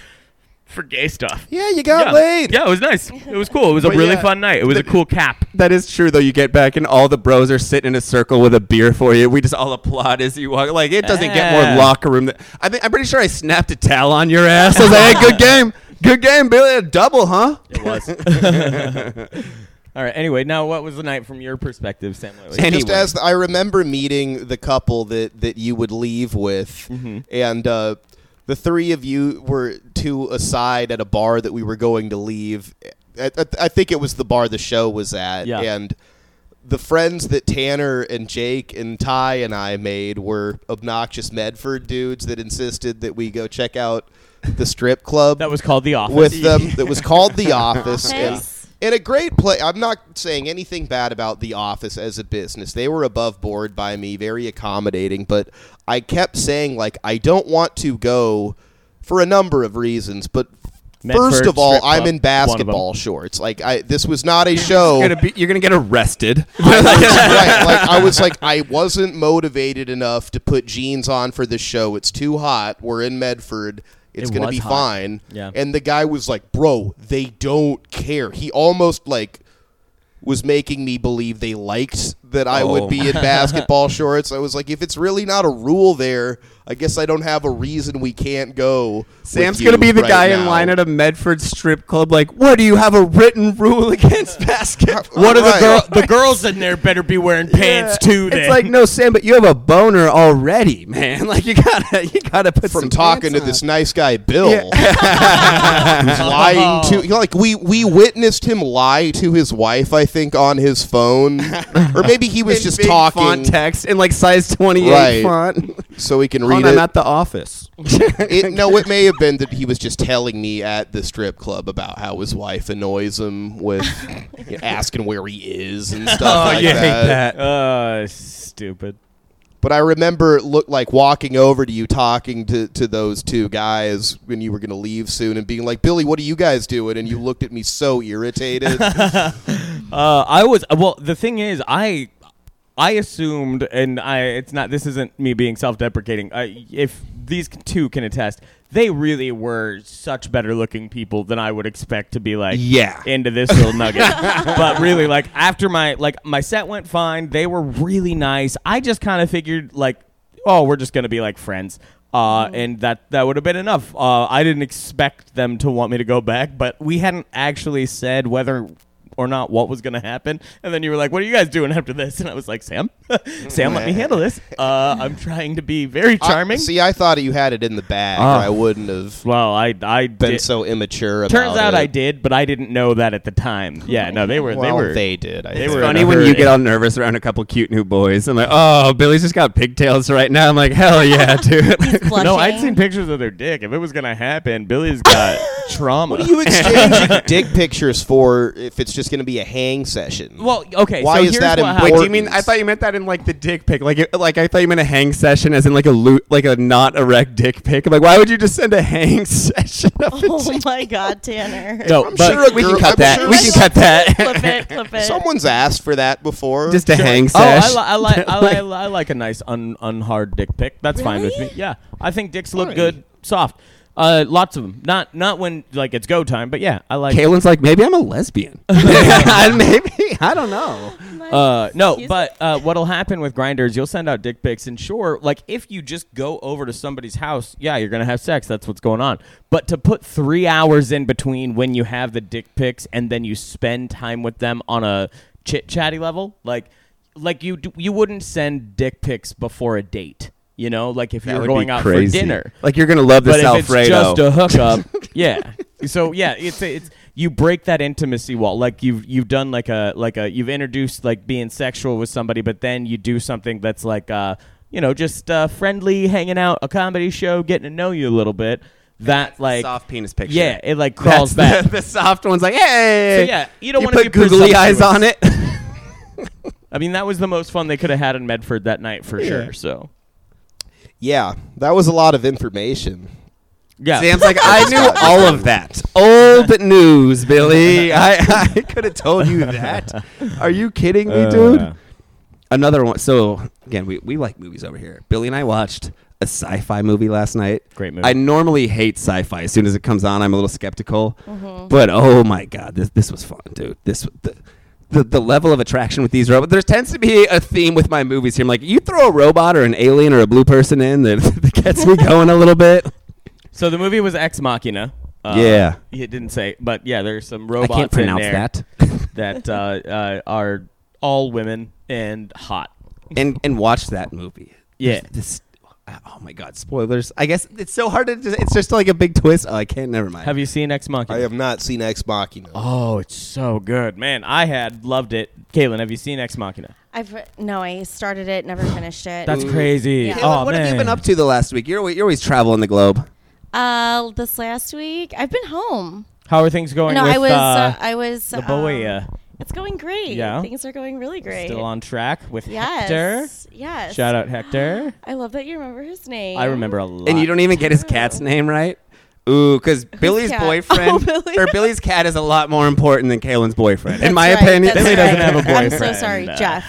for gay stuff.
Yeah, you got
yeah.
laid.
Yeah, it was nice. It was cool. It was a
But
really
yeah.
fun night. It was a cool cap.
that is true, though. You get back, and all the bros are sitting in a circle with a beer for you. We just all applaud as you walk. Like it doesn't get
Yeah.
more locker room. Than, I think I'm pretty sure I snapped a towel on your ass. I was like, hey, good game, good game, Billy. A double, huh?
It was. All right. Anyway, now what was the night from your perspective, Sam? What was-
Sam-
Just
Anyway.
as I remember meeting the couple that that you would leave with,
Mm-hmm.
and uh, the three of you were two aside at a bar that we were going to leave. I, I, I think it was the bar the show was at,
Yeah.
and the friends that Tanner and Jake and Ty and I made were obnoxious Medford dudes that insisted that we go check out the strip club
that was called the office.
with them that was called The Office. and,
Office.
and a great play. I'm not saying anything bad about The Office as a business. They were above board by me, very accommodating, but I kept saying, like, I don't want to go for a number of reasons, but. First
Medford
of all,
strip
I'm
club,
in
one of them.
basketball shorts. Like I, this was not a show.
You're gonna be, you're gonna get arrested.
right. Like I was like I wasn't motivated enough to put jeans on for this show. It's too hot. We're in Medford. It's
It
gonna
was
be
hot.
fine.
Yeah.
And the guy was like, "Bro, they don't care." He almost like was making me believe they liked that I
Oh.
would be in basketball shorts. I was like, if it's really not a rule there, I guess I don't have a reason we can't go. with
Sam's
you
gonna be the
right
guy in
now.
line at a Medford strip club. Like, what do you have a written rule against basketball?
What are the Right. girl-
the girls in there better be wearing pants too. Then.
It's like no, Sam, but you have a boner already, man. Like you gotta, you gotta put
from
some
talking to
pants
this
on.
nice guy Bill, who's lying to you know, like we we witnessed him lie to his wife. I think on his phone, or maybe he was
In
just
big
talking
font text in like size twenty eight
Right.
font.
so he can read
Hon, I'm
it.
at the office.
it. No, it may have been that he was just telling me at the strip club about how his wife annoys him with you know, asking where he is and stuff
Oh,
like that.
Uh, stupid.
But I remember look like walking over to you, talking to, to those two guys when you were going to leave soon, and being like, "Billy, what are you guys doing?" And you looked at me so irritated.
Uh, I was uh, well. The thing is, I I assumed, and I it's not. This isn't me being self-deprecating. Uh, if these two can attest, they really were such better-looking people than I would expect to be like.
Yeah.
into this little nugget. but really, like after my like my set went fine. They were really nice. I just kind of figured like, oh, we're just gonna be like friends. Uh, and that that would have been enough. Uh, I didn't expect them to want me to go back, but we hadn't actually said whether or not what was going to happen. And then you were like, "What are you guys doing after this?" And I was like, "Sam, Sam, let me handle this. Uh, I'm trying to be very
I-
charming." Ah.
see, I thought you had it in the bag, or I wouldn't have
well, I I
been
did.
so immature. About
Turns out
it.
I did, but I didn't know that at the time. Yeah, no, they were
Well,
they were
did. I
they
think.
were-
Funny
in a
when you
hurry.
get all nervous around a couple cute new boys. I'm like, oh, Billy's just got pigtails right now. I'm like, hell yeah, dude.
No, I'd seen pictures of their dick. If it was gonna happen, Billy's got trauma.
What are you exchanging dick pictures for if it's just going to be a hang session?
well, okay.
Why
so
is
here's
that
what
important?
Wait,
happened.
do you mean? I thought you meant that in like the dick pic, like it- like I thought you meant a hang session, as in like a loot, like a not erect dick pic. I'm like, why would you just send a hang session? Of a
Oh my God, Tanner.
No,
I'm
but
sure a
we can
girl-
cut
I'm
that.
sure
we
a-
can cut that.
clip it, clip it.
Someone's asked for that before.
just a hang
Oh, I,
sesh.
li- I, li- I, li- I, li- I like a nice un- unhard dick pic. That's fine with me.
Really?
Yeah, I think dicks look good, soft. Uh, lots of them. Not not when like it's go time, but yeah, I like.
Kaylin's like, maybe I'm a lesbian. maybe I don't know.
Uh, no,
Excuse
but uh, what'll happen with grinders? You'll send out dick pics, and sure, like if you just go over to somebody's house, yeah, you're gonna have sex. That's what's going on. But to put three hours in between when you have the dick pics and then you spend time with them on a chit chatty level, like, like you d- you wouldn't send dick pics before a date. You know, like if you were going out for dinner,
Like you're gonna love this
but if it's
Alfredo.
just a hookup, yeah. So yeah, it's it's you break that intimacy wall. Like you've you've done like a like a you've introduced like being sexual with somebody, but then you do something that's like uh you know just uh, friendly, hanging out, a comedy show, getting to know you a little bit. That like
soft penis picture.
Yeah, it like crawls
That's
back.
the, the soft one's like, hey.
So, yeah, you don't wanna
put
be
googly eyes
presumptuous.
on it.
I mean, that was the most fun they could have had in Medford that night for
Yeah.
sure. So,
Yeah, that was a lot of information.
yeah.
Sam's like, I knew all of that. Old news, Billy. I, I could have told you that. Are you kidding me,
Uh,
dude? Another one. So, again, we, we like movies over here. Billy and I watched a sci fi movie last night.
Great movie.
I normally hate sci fi. As soon as it comes on, I'm a little skeptical. But oh my God, this, this was fun, dude. This the, the, the level of attraction with these robots. There tends to be a theme with my movies here. I'm like, you throw a robot or an alien or a blue person in that, that gets me going a little bit.
So the movie was Ex Machina. Uh,
Yeah.
It didn't say, but yeah, there's some robots
I can't pronounce
in there
that.
that uh, uh, are all women and hot.
and and watch that movie.
Yeah.
This, oh my god, spoilers. I guess it's so hard to just, it's just like a big twist. Oh, I can't never mind.
Have you seen Ex Machina?
I have not seen Ex Machina.
Oh, it's so good, man. I had loved it. Caitlin, have you seen Ex Machina?
I've no, I started it, never finished it.
That's crazy.
Yeah.
Oh,
what
man.
have you been up to the last week? You're always, you're always traveling the globe.
uh, this last week I've been home.
How are things going?
no,
with,
I was.
uh,
Uh, I was.
the boy,
um,
uh,
it's going great.
Yeah?
things are going really great.
still on track with
Yes.
Hector.
Yes.
Shout out Hector.
I love that you remember his name.
I remember a lot.
And you don't even get his
Wow.
cat's name right. Ooh, because Billy's
cat?
boyfriend
Oh, Billy.
or Billy's cat is a lot more important than Kaylin's boyfriend, in
That's
my
right,
opinion.
that's
Billy doesn't
right.
have a
I'm so
boyfriend.
sorry,
Uh,
Jeff.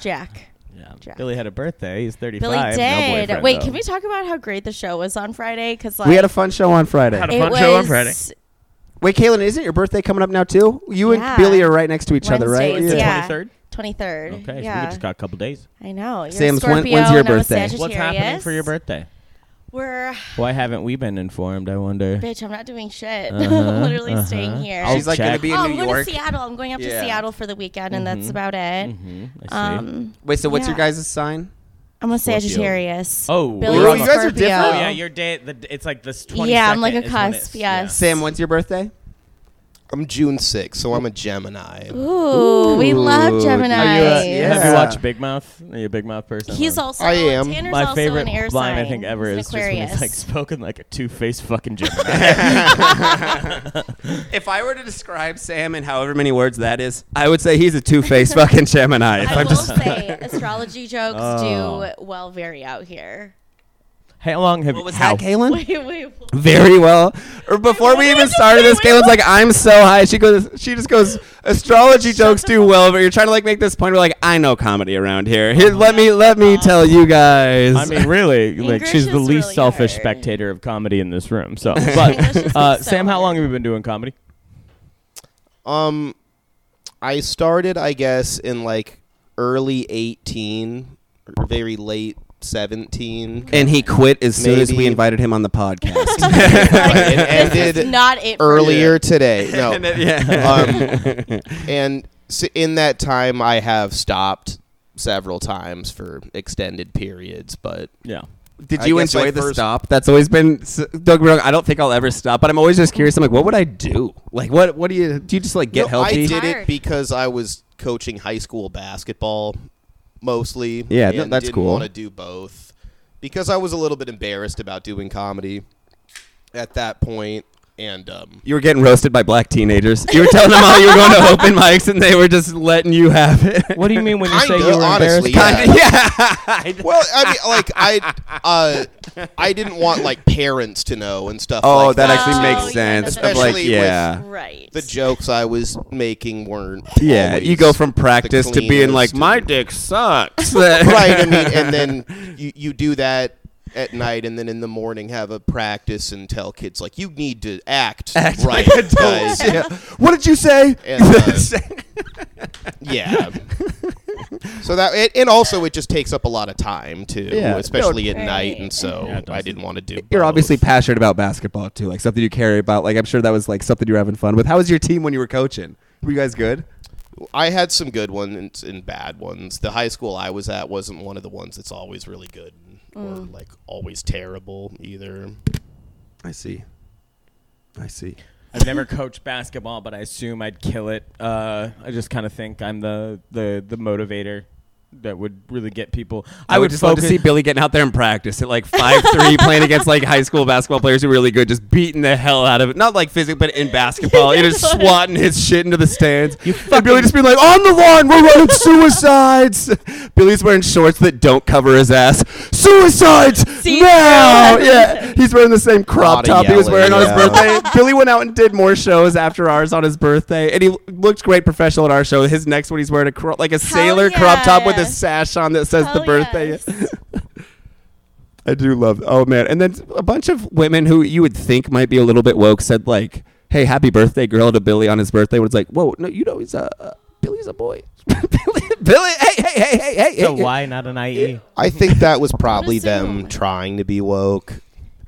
Jack.
e-
Yeah.
Jack.
Billy had a birthday. He's 35.
Billy
No
did.
boyfriend,
Wait,
though.
can we talk about how great the show was on Friday? Because like
we had a fun show on Friday.
Had a
it
fun
was
show on Friday.
Wait, Kaylin, isn't your birthday coming up now too? You
Yeah.
and Billy are right next to each other, right?
Wednesdays,
The
yeah.
23rd?
23rd.
Okay, so we
yeah.
just got a couple days.
I know. You're
Sam's,
Sam's,
when-
Scorpio,
when's your
and I'm a
birthday?
Sagittarius.
What's happening for your birthday?
We're
Why haven't we been informed? I wonder.
bitch. I'm not doing shit.
Uh-huh,
I'm literally
uh-huh.
staying here.
I'll
She's like going to
check.
be in
oh, I'm
New
going
York.
to Seattle. I'm going up to
Yeah.
Seattle for the weekend, and that's about it.
hmm I see.
Um,
Wait, so what's
Yeah.
your guys' sign?
I'm a Sagittarius.
Oh,
Billy's
Ooh, you
guys are
Scorpio.
different.
oh yeah, your day. The, it's like this. 22nd
Yeah, I'm like a
is when
cusp,
it's-
yes.
Sam, when's your birthday?
I'm June 6th, so I'm a Gemini.
Ooh, we love
Ooh,
Gemini.
Are
You, uh,
Yeah.
Have you watched Big Mouth? Are you a Big Mouth person?
He's
Or-
also oh,
I am.
Tanner's
my
also
favorite
an air
line
sign.
I think
He's
ever is
an
just when
Aquarius.
he's like spoken like a two-faced fucking Gemini.
If I were to describe Sam in however many words that is, I would say he's a two-faced fucking Gemini. If
I
I'm
will
just
say astrology jokes
Oh.
do well very out here.
how long have
what was
how?
that, Kaylin?
Wait, wait.
Very well. Or before
what
we
did I
even
just
started
say?
this,
Wait,
Kaylin's
what?
like, "I'm so high." She goes, she just goes, "Astrology jokes do well," but you're trying to like make this point. We're like, "I know comedy around here. Here, let me let me tell you guys."
I mean, really, like
English
she's the
is
least
really
selfish
hard.
spectator of comedy in this room. So,
English is
but uh,
so
Sam, how
hard.
long have you been doing comedy?
Um, I started, I guess, in like early 18 or very late 17.
and he quit as soon as we
Maybe-
invited him on the podcast.
This
it
is
ended
not it. for me.
earlier today. No.
And then- yeah.
um, and s in that time, I have stopped several times for extended periods, but
Yeah.
Did
I
you
guess my
enjoy the
first-
stop? That's always been. s- Don't get me wrong. I don't think I'll ever stop, but I'm always just curious. I'm like, what would I do? Like, what? What do you do? You just like get
No,
healthy?
I did
Tired.
it because I was coaching high school basketball mostly.
Yeah, th-
and
that's
didn't
cool.
Want to do both because I was a little bit embarrassed about doing comedy at that point, and um,
You were getting roasted by black teenagers. You were telling them all you were going to open mics, and they were just letting you have it.
What do you mean when you say
Kinda,
you were
honestly,
embarrassed?
yeah.
Kinda- yeah.
Well, I mean, like I, uh, I didn't want like parents to know and stuff.
oh,
like
that
that,
actually
Oh,
makes
yeah,
sense.
that's
Of like,
Especially with
yeah.
Right.
The jokes I was making weren't.
Yeah,
always
you go from
the
practice to being like,
cleanest
my
and-
dick sucks.
right. I mean, and then you, you do that at night, and then in the morning have a practice and tell kids like you need to act, right, guys.
Yeah. What did you say?
And, uh, yeah. So that it, and also it just takes up a lot of time too,
Yeah.
especially at
Right.
night, and so
Yeah, it does.
I didn't want to do.
You're
both.
obviously passionate about basketball too, like something you care about. Like I'm sure that was like something you were having fun with. How was your team when you were coaching? Were you guys good?
I had some good ones and bad ones. The high school I was at wasn't one of the ones that's always really good or like always terrible either.
I see. I see.
I've never coached basketball, but I assume I'd kill it. Uh, I just kind of think I'm the the the motivator. that would really get people.
I, would just love to
focus-
see Billy getting out there and practice at like five three, playing against like high school basketball players who are really good, just beating the hell out of it. Not like physical, but in basketball, you just swatting his shit into the stands. You and Billy just being like, "On the line, we're running suicides." Billy's wearing shorts that don't cover his ass. Suicides
See, yeah.
now! Yeah, he's wearing the same crop
Lot of
top he was
yelling,
wearing on his
yeah.
birthday. Billy went out and did more shows after ours on his birthday, and he looked great professional at our show. His next one, he's wearing a cro- like a sailor crop top with
yeah.
a sash on that says the
Hell
birthday.
yes.
I do love. Oh man! And then a bunch of women who you would think might be a little bit woke said like, "Hey, happy birthday, girl!" to Billy on his birthday. Was like, "Whoa, no, you know he's a uh, Billy's a boy." Billy, Billy, hey, hey, hey, hey, hey.
So
hey.
why not an IE?
I think that was probably
assume.
them trying to be woke.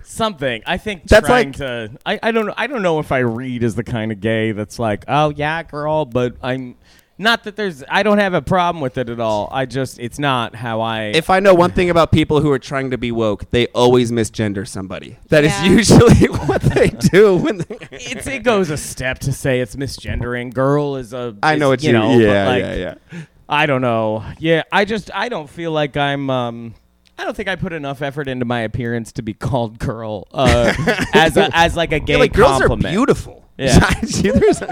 Something. I think
That's
trying
like-
to. I, I don't know. I don't know if I read as the kind of gay that's like, oh yeah, girl, but I'm not that there's. I don't have a problem with it at all. I just it's not how I.
If I know one thing about people who are trying to be woke, they always misgender somebody. That is
Yeah.
usually what they do when they.
it's, it goes a step to say it's misgendering. Girl is a.
I
is,
know what you,
you know. but,
Yeah,
like,
yeah, yeah.
I don't know. Yeah, I just I don't feel like I'm. Um, I don't think I put enough effort into my appearance to be called girl uh, as a, as like a gay
Yeah, like girls
compliment.
are beautiful.
Yeah.
There's-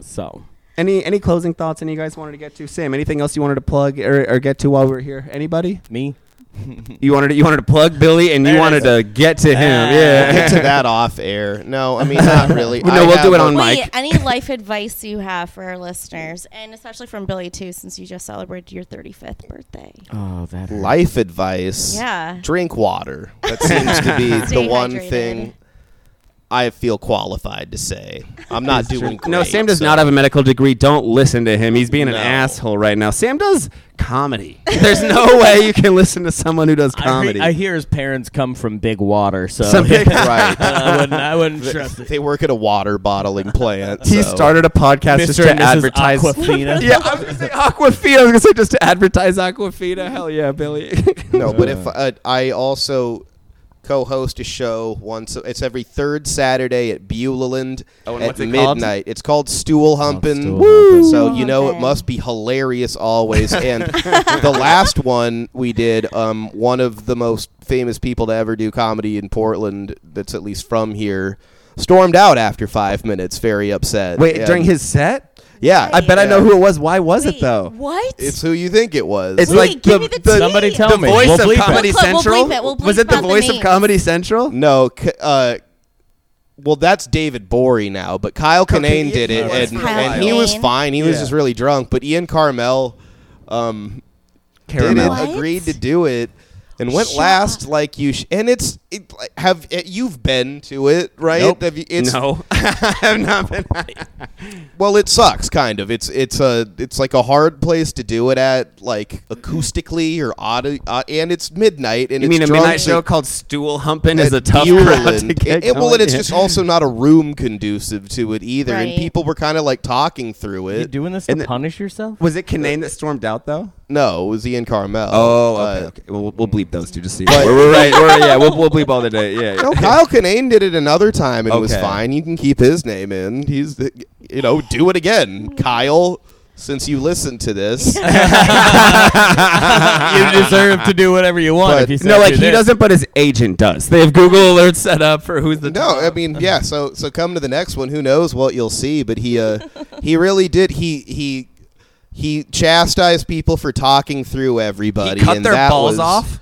So
any any closing thoughts? Any you guys wanted to get to? Sam, anything else you wanted to plug or, or get to while we were here? Anybody?
me.
You wanted to, you wanted to plug Billy and you
There it
wanted to get to him. yeah.
We'll get to that off air. No, I mean not really.
No,
I
we'll
have
do it
a-
on
Wait,
Mike.
any life advice you have for our listeners, and especially from Billy too, since you just celebrated your 35th birthday?
Oh, that
life advice.
Yeah.
Drink water. That seems to be the
Stay
one
hydrated.
thing I feel qualified to say. I'm not doing great.
No, Sam does
so-
not have a medical degree. Don't listen to him. He's being an
No.
asshole right now. Sam does comedy. There's no way you can listen to someone who does comedy.
I, hear his parents come from big water, so
Some big-
right.
I wouldn't. I wouldn't trust it.
They work at a water bottling plant.
he
so-
started a podcast just
Mr.
to
and Mrs.
advertise.
Aquafina.
yeah, I was gonna say Aquafina. I was gonna say just to advertise Aquafina. Hell yeah, Billy.
No, but if uh, I also co-host a show once, it's every third Saturday at Beuland
Oh, and
at
what's it called?
midnight. It's called Stool Humpin'.
Stool
So
Humpin'.
you know it
Humpin'.
must be hilarious always. and the last one we did, um, one of the most famous people to ever do comedy in Portland, that's at least from here. Stormed out after five minutes, very upset.
Wait,
And-
during his set?
yeah,
I bet I
yeah.
know who it was. Why was
Wait,
it though?
What?
It's who you think it was.
It's
Wait,
like
give
the-
me the,
the-
tea.
Somebody tell
the
me.
voice
We'll bleep
of
it.
Comedy
We'll clip- we'll
Central.
bleep it. We'll
was
bleep
it the
out the
voice of
names.
Comedy Central?
No, K- uh, well, that's David Borey now, but Kyle Kinane
Kinane,
did it,
yeah.
and,
Kyle
and he was
Kinane.
fine. He was
Yeah.
just really drunk. But Ian Carmel um, did it,
Caramel.
What?
agreed to do it, and went
Shut
last. Like you, sh- and it's it, like, have it, you've been to it, right?
Nope.
Have you, it's,
no, I have not been.
Well, it sucks, kind of. It's it's a it's like a hard place to do it at, like acoustically or audio, uh, and it's midnight. And
You
it's
mean a
drunk,
midnight
so-
show called Stool Humping is
at
a tough
Beulah
crowd to
and-
get
it- it- well,
going?
and it's
Yeah.
just also not a room conducive to it either,
Right.
and people were kind of like talking through
You
it.
doing this to
And the-
punish yourself?
Was it Kinane that stormed out though?
no, it was Ian Carmel.
Oh, okay,
Uh,
okay. Well, we'll- we'll bleep those two just so you know. We're, we're right. We're, yeah, we'll, we'll bleep all the day. Yeah,
No,
yeah.
Kyle Kinane did it another time and it was
Okay.
fine. You can keep his name in. He's, the- you know, do it again, Kyle. Since you listened to this,
you deserve to do whatever you want.
But-
if you
No,
said
like
you
he
did.
doesn't, but his agent does. They have Google alerts set up for who's the
no, I mean, yeah. So, so come to the next one. Who knows what you'll see? But he, uh, he really did. He, he, he chastised people for talking through everybody.
He cut
and
their
that
balls
was-
off.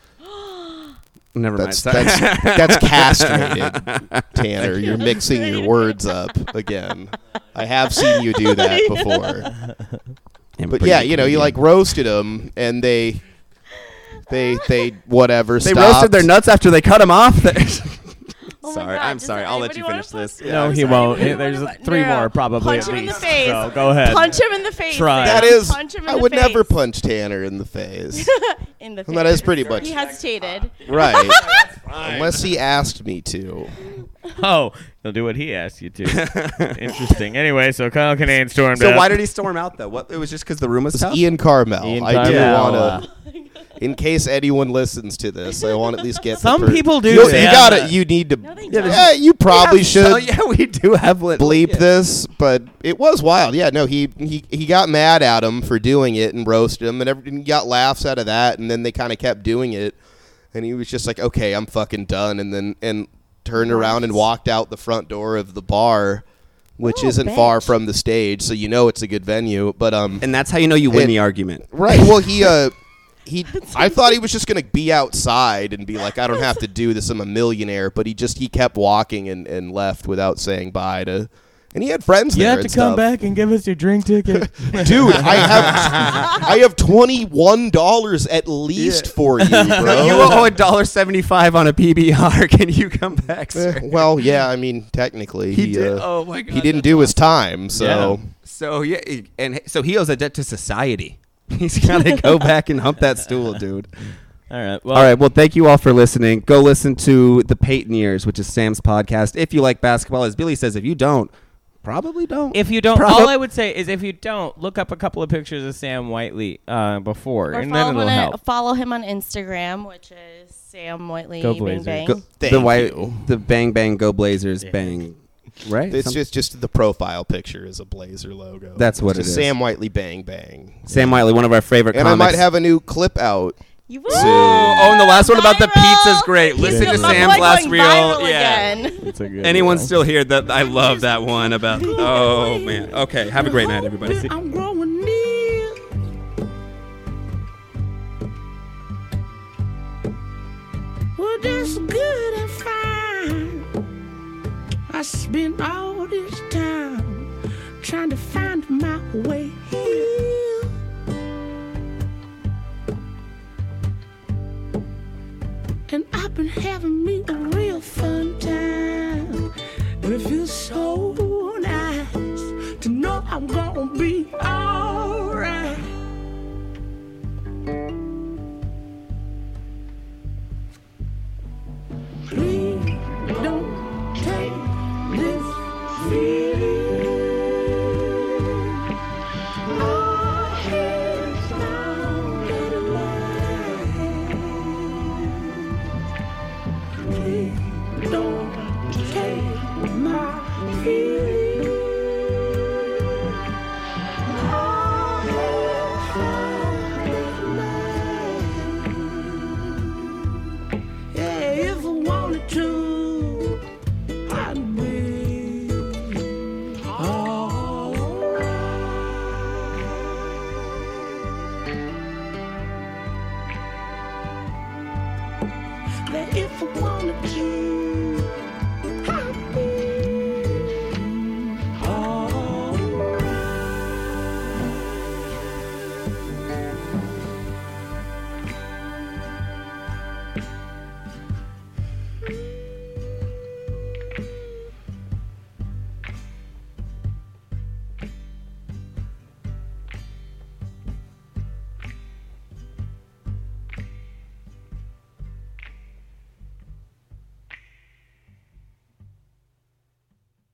Never mind.
That's
Sorry.
that's that's castrated, Tanner. You're mixing your words up again. I have seen you do that before.
I'm
But
pretty
yeah,
good
you know, you
comedian.
like roasted them, and they, they, they, whatever.
They roasted their nuts after they cut them off.
Oh my
sorry,
God,
I'm
does
sorry. I'll let
anybody
you
wanna
finish this.
punch-
No,
I'm
he
sorry,
won't.
anybody
There's
wanna-
three
no, no.
more probably
Punch
at
him in the
least.
face.
So go ahead.
Punch him in the face.
Try.
That
Sam.
is,
Punch him in
I
the
would never
face.
punch Tanner in the face.
in the face.
Well, that is pretty much
He hesitated.
right, unless he asked me to.
Oh, you'll do what he asks you to. Interesting. Anyway, so Kyle Kinane stormed
So
out.
why did he storm out though? What? It was just because the room was tough.
Ian Carmel.
Ian
I do
Carmel,
wanna. in case anyone listens to this, I want to at least get the
Some
per-
people do,
You, you
Sam.
gotta. You need to.
No, they
yeah,
don't.
you probably should
So, yeah, we do have lit-
bleep
yeah.
this, but it was wild. Yeah, no, he he he got mad at him for doing it and roasted him, and everything got laughs out of that, and then they kind of kept doing it, and he was just like, "Okay, I'm fucking done," and then and turned around and walked out the front door of the bar, which
Oh,
isn't far
bitch.
from the stage, so you know it's a good venue. But um,
And that's how you know you win
And-
the argument.
Right. Well, he uh he I thought he was just going to be outside and be like I don't have to do this I'm a millionaire, but he just he kept walking and and left without saying bye to and he had friends
You
there
have to
and
come
stuff.
back and give us your drink ticket.
Dude, I have I have $21 at least for you, bro.
You owe a dollar seventy-five on a PBR. Can you come back,
Eh,
sir?
well, yeah, I mean, technically he,
He did.
uh,
oh my god.
he didn't do his time, so
Yeah.
So yeah, he- and so he owes a debt to society. He's gotta go back and hump that stool, dude.
All right. Well,
All right. Well, thank you all for listening. Go listen to the Peyton Years, which is Sam's podcast. If you like basketball, as Billy says, if you don't, probably don't.
If you don't,
Prob-
all I would say is if you don't, look up a couple of pictures of Sam Whiteley uh, before,
Or
and then
follow,
it'll
him on,
help.
follow him on Instagram, which is Sam Whiteley
Go
Bing
Blazers.
Bang.
Go-
Thank
the white,
you.
the bang bang go Blazers bang, right?
it's
Some-
just just the profile picture is a Blazer logo.
That's what
it's
it
just
is.
Sam Whiteley bang bang.
Sam Wiley, one of our favorite.
And I
comics.
might have a new clip out
You
Ooh,
Oh, and the last one about the
Viral.
pizza's great.
He's
Listen
got
to
my
Sam's
boy
last
going
reel.
viral
Yeah.
again.
It's a good
Anyone
one.
still here? That I love that one about. Oh man. Okay. Have a great night, everybody.
That I'm growing near. Well, that's good and fine. I spent all this time trying to find my way here. And I've been having me a real fun time. And it feels so nice to know I'm gonna be alright. Please don't take this feeling. Our heads down and alive. Please don't take my feelings. Our heads down and alive. Yeah, if I wanted to, I'd be alright. That if I wanted oh,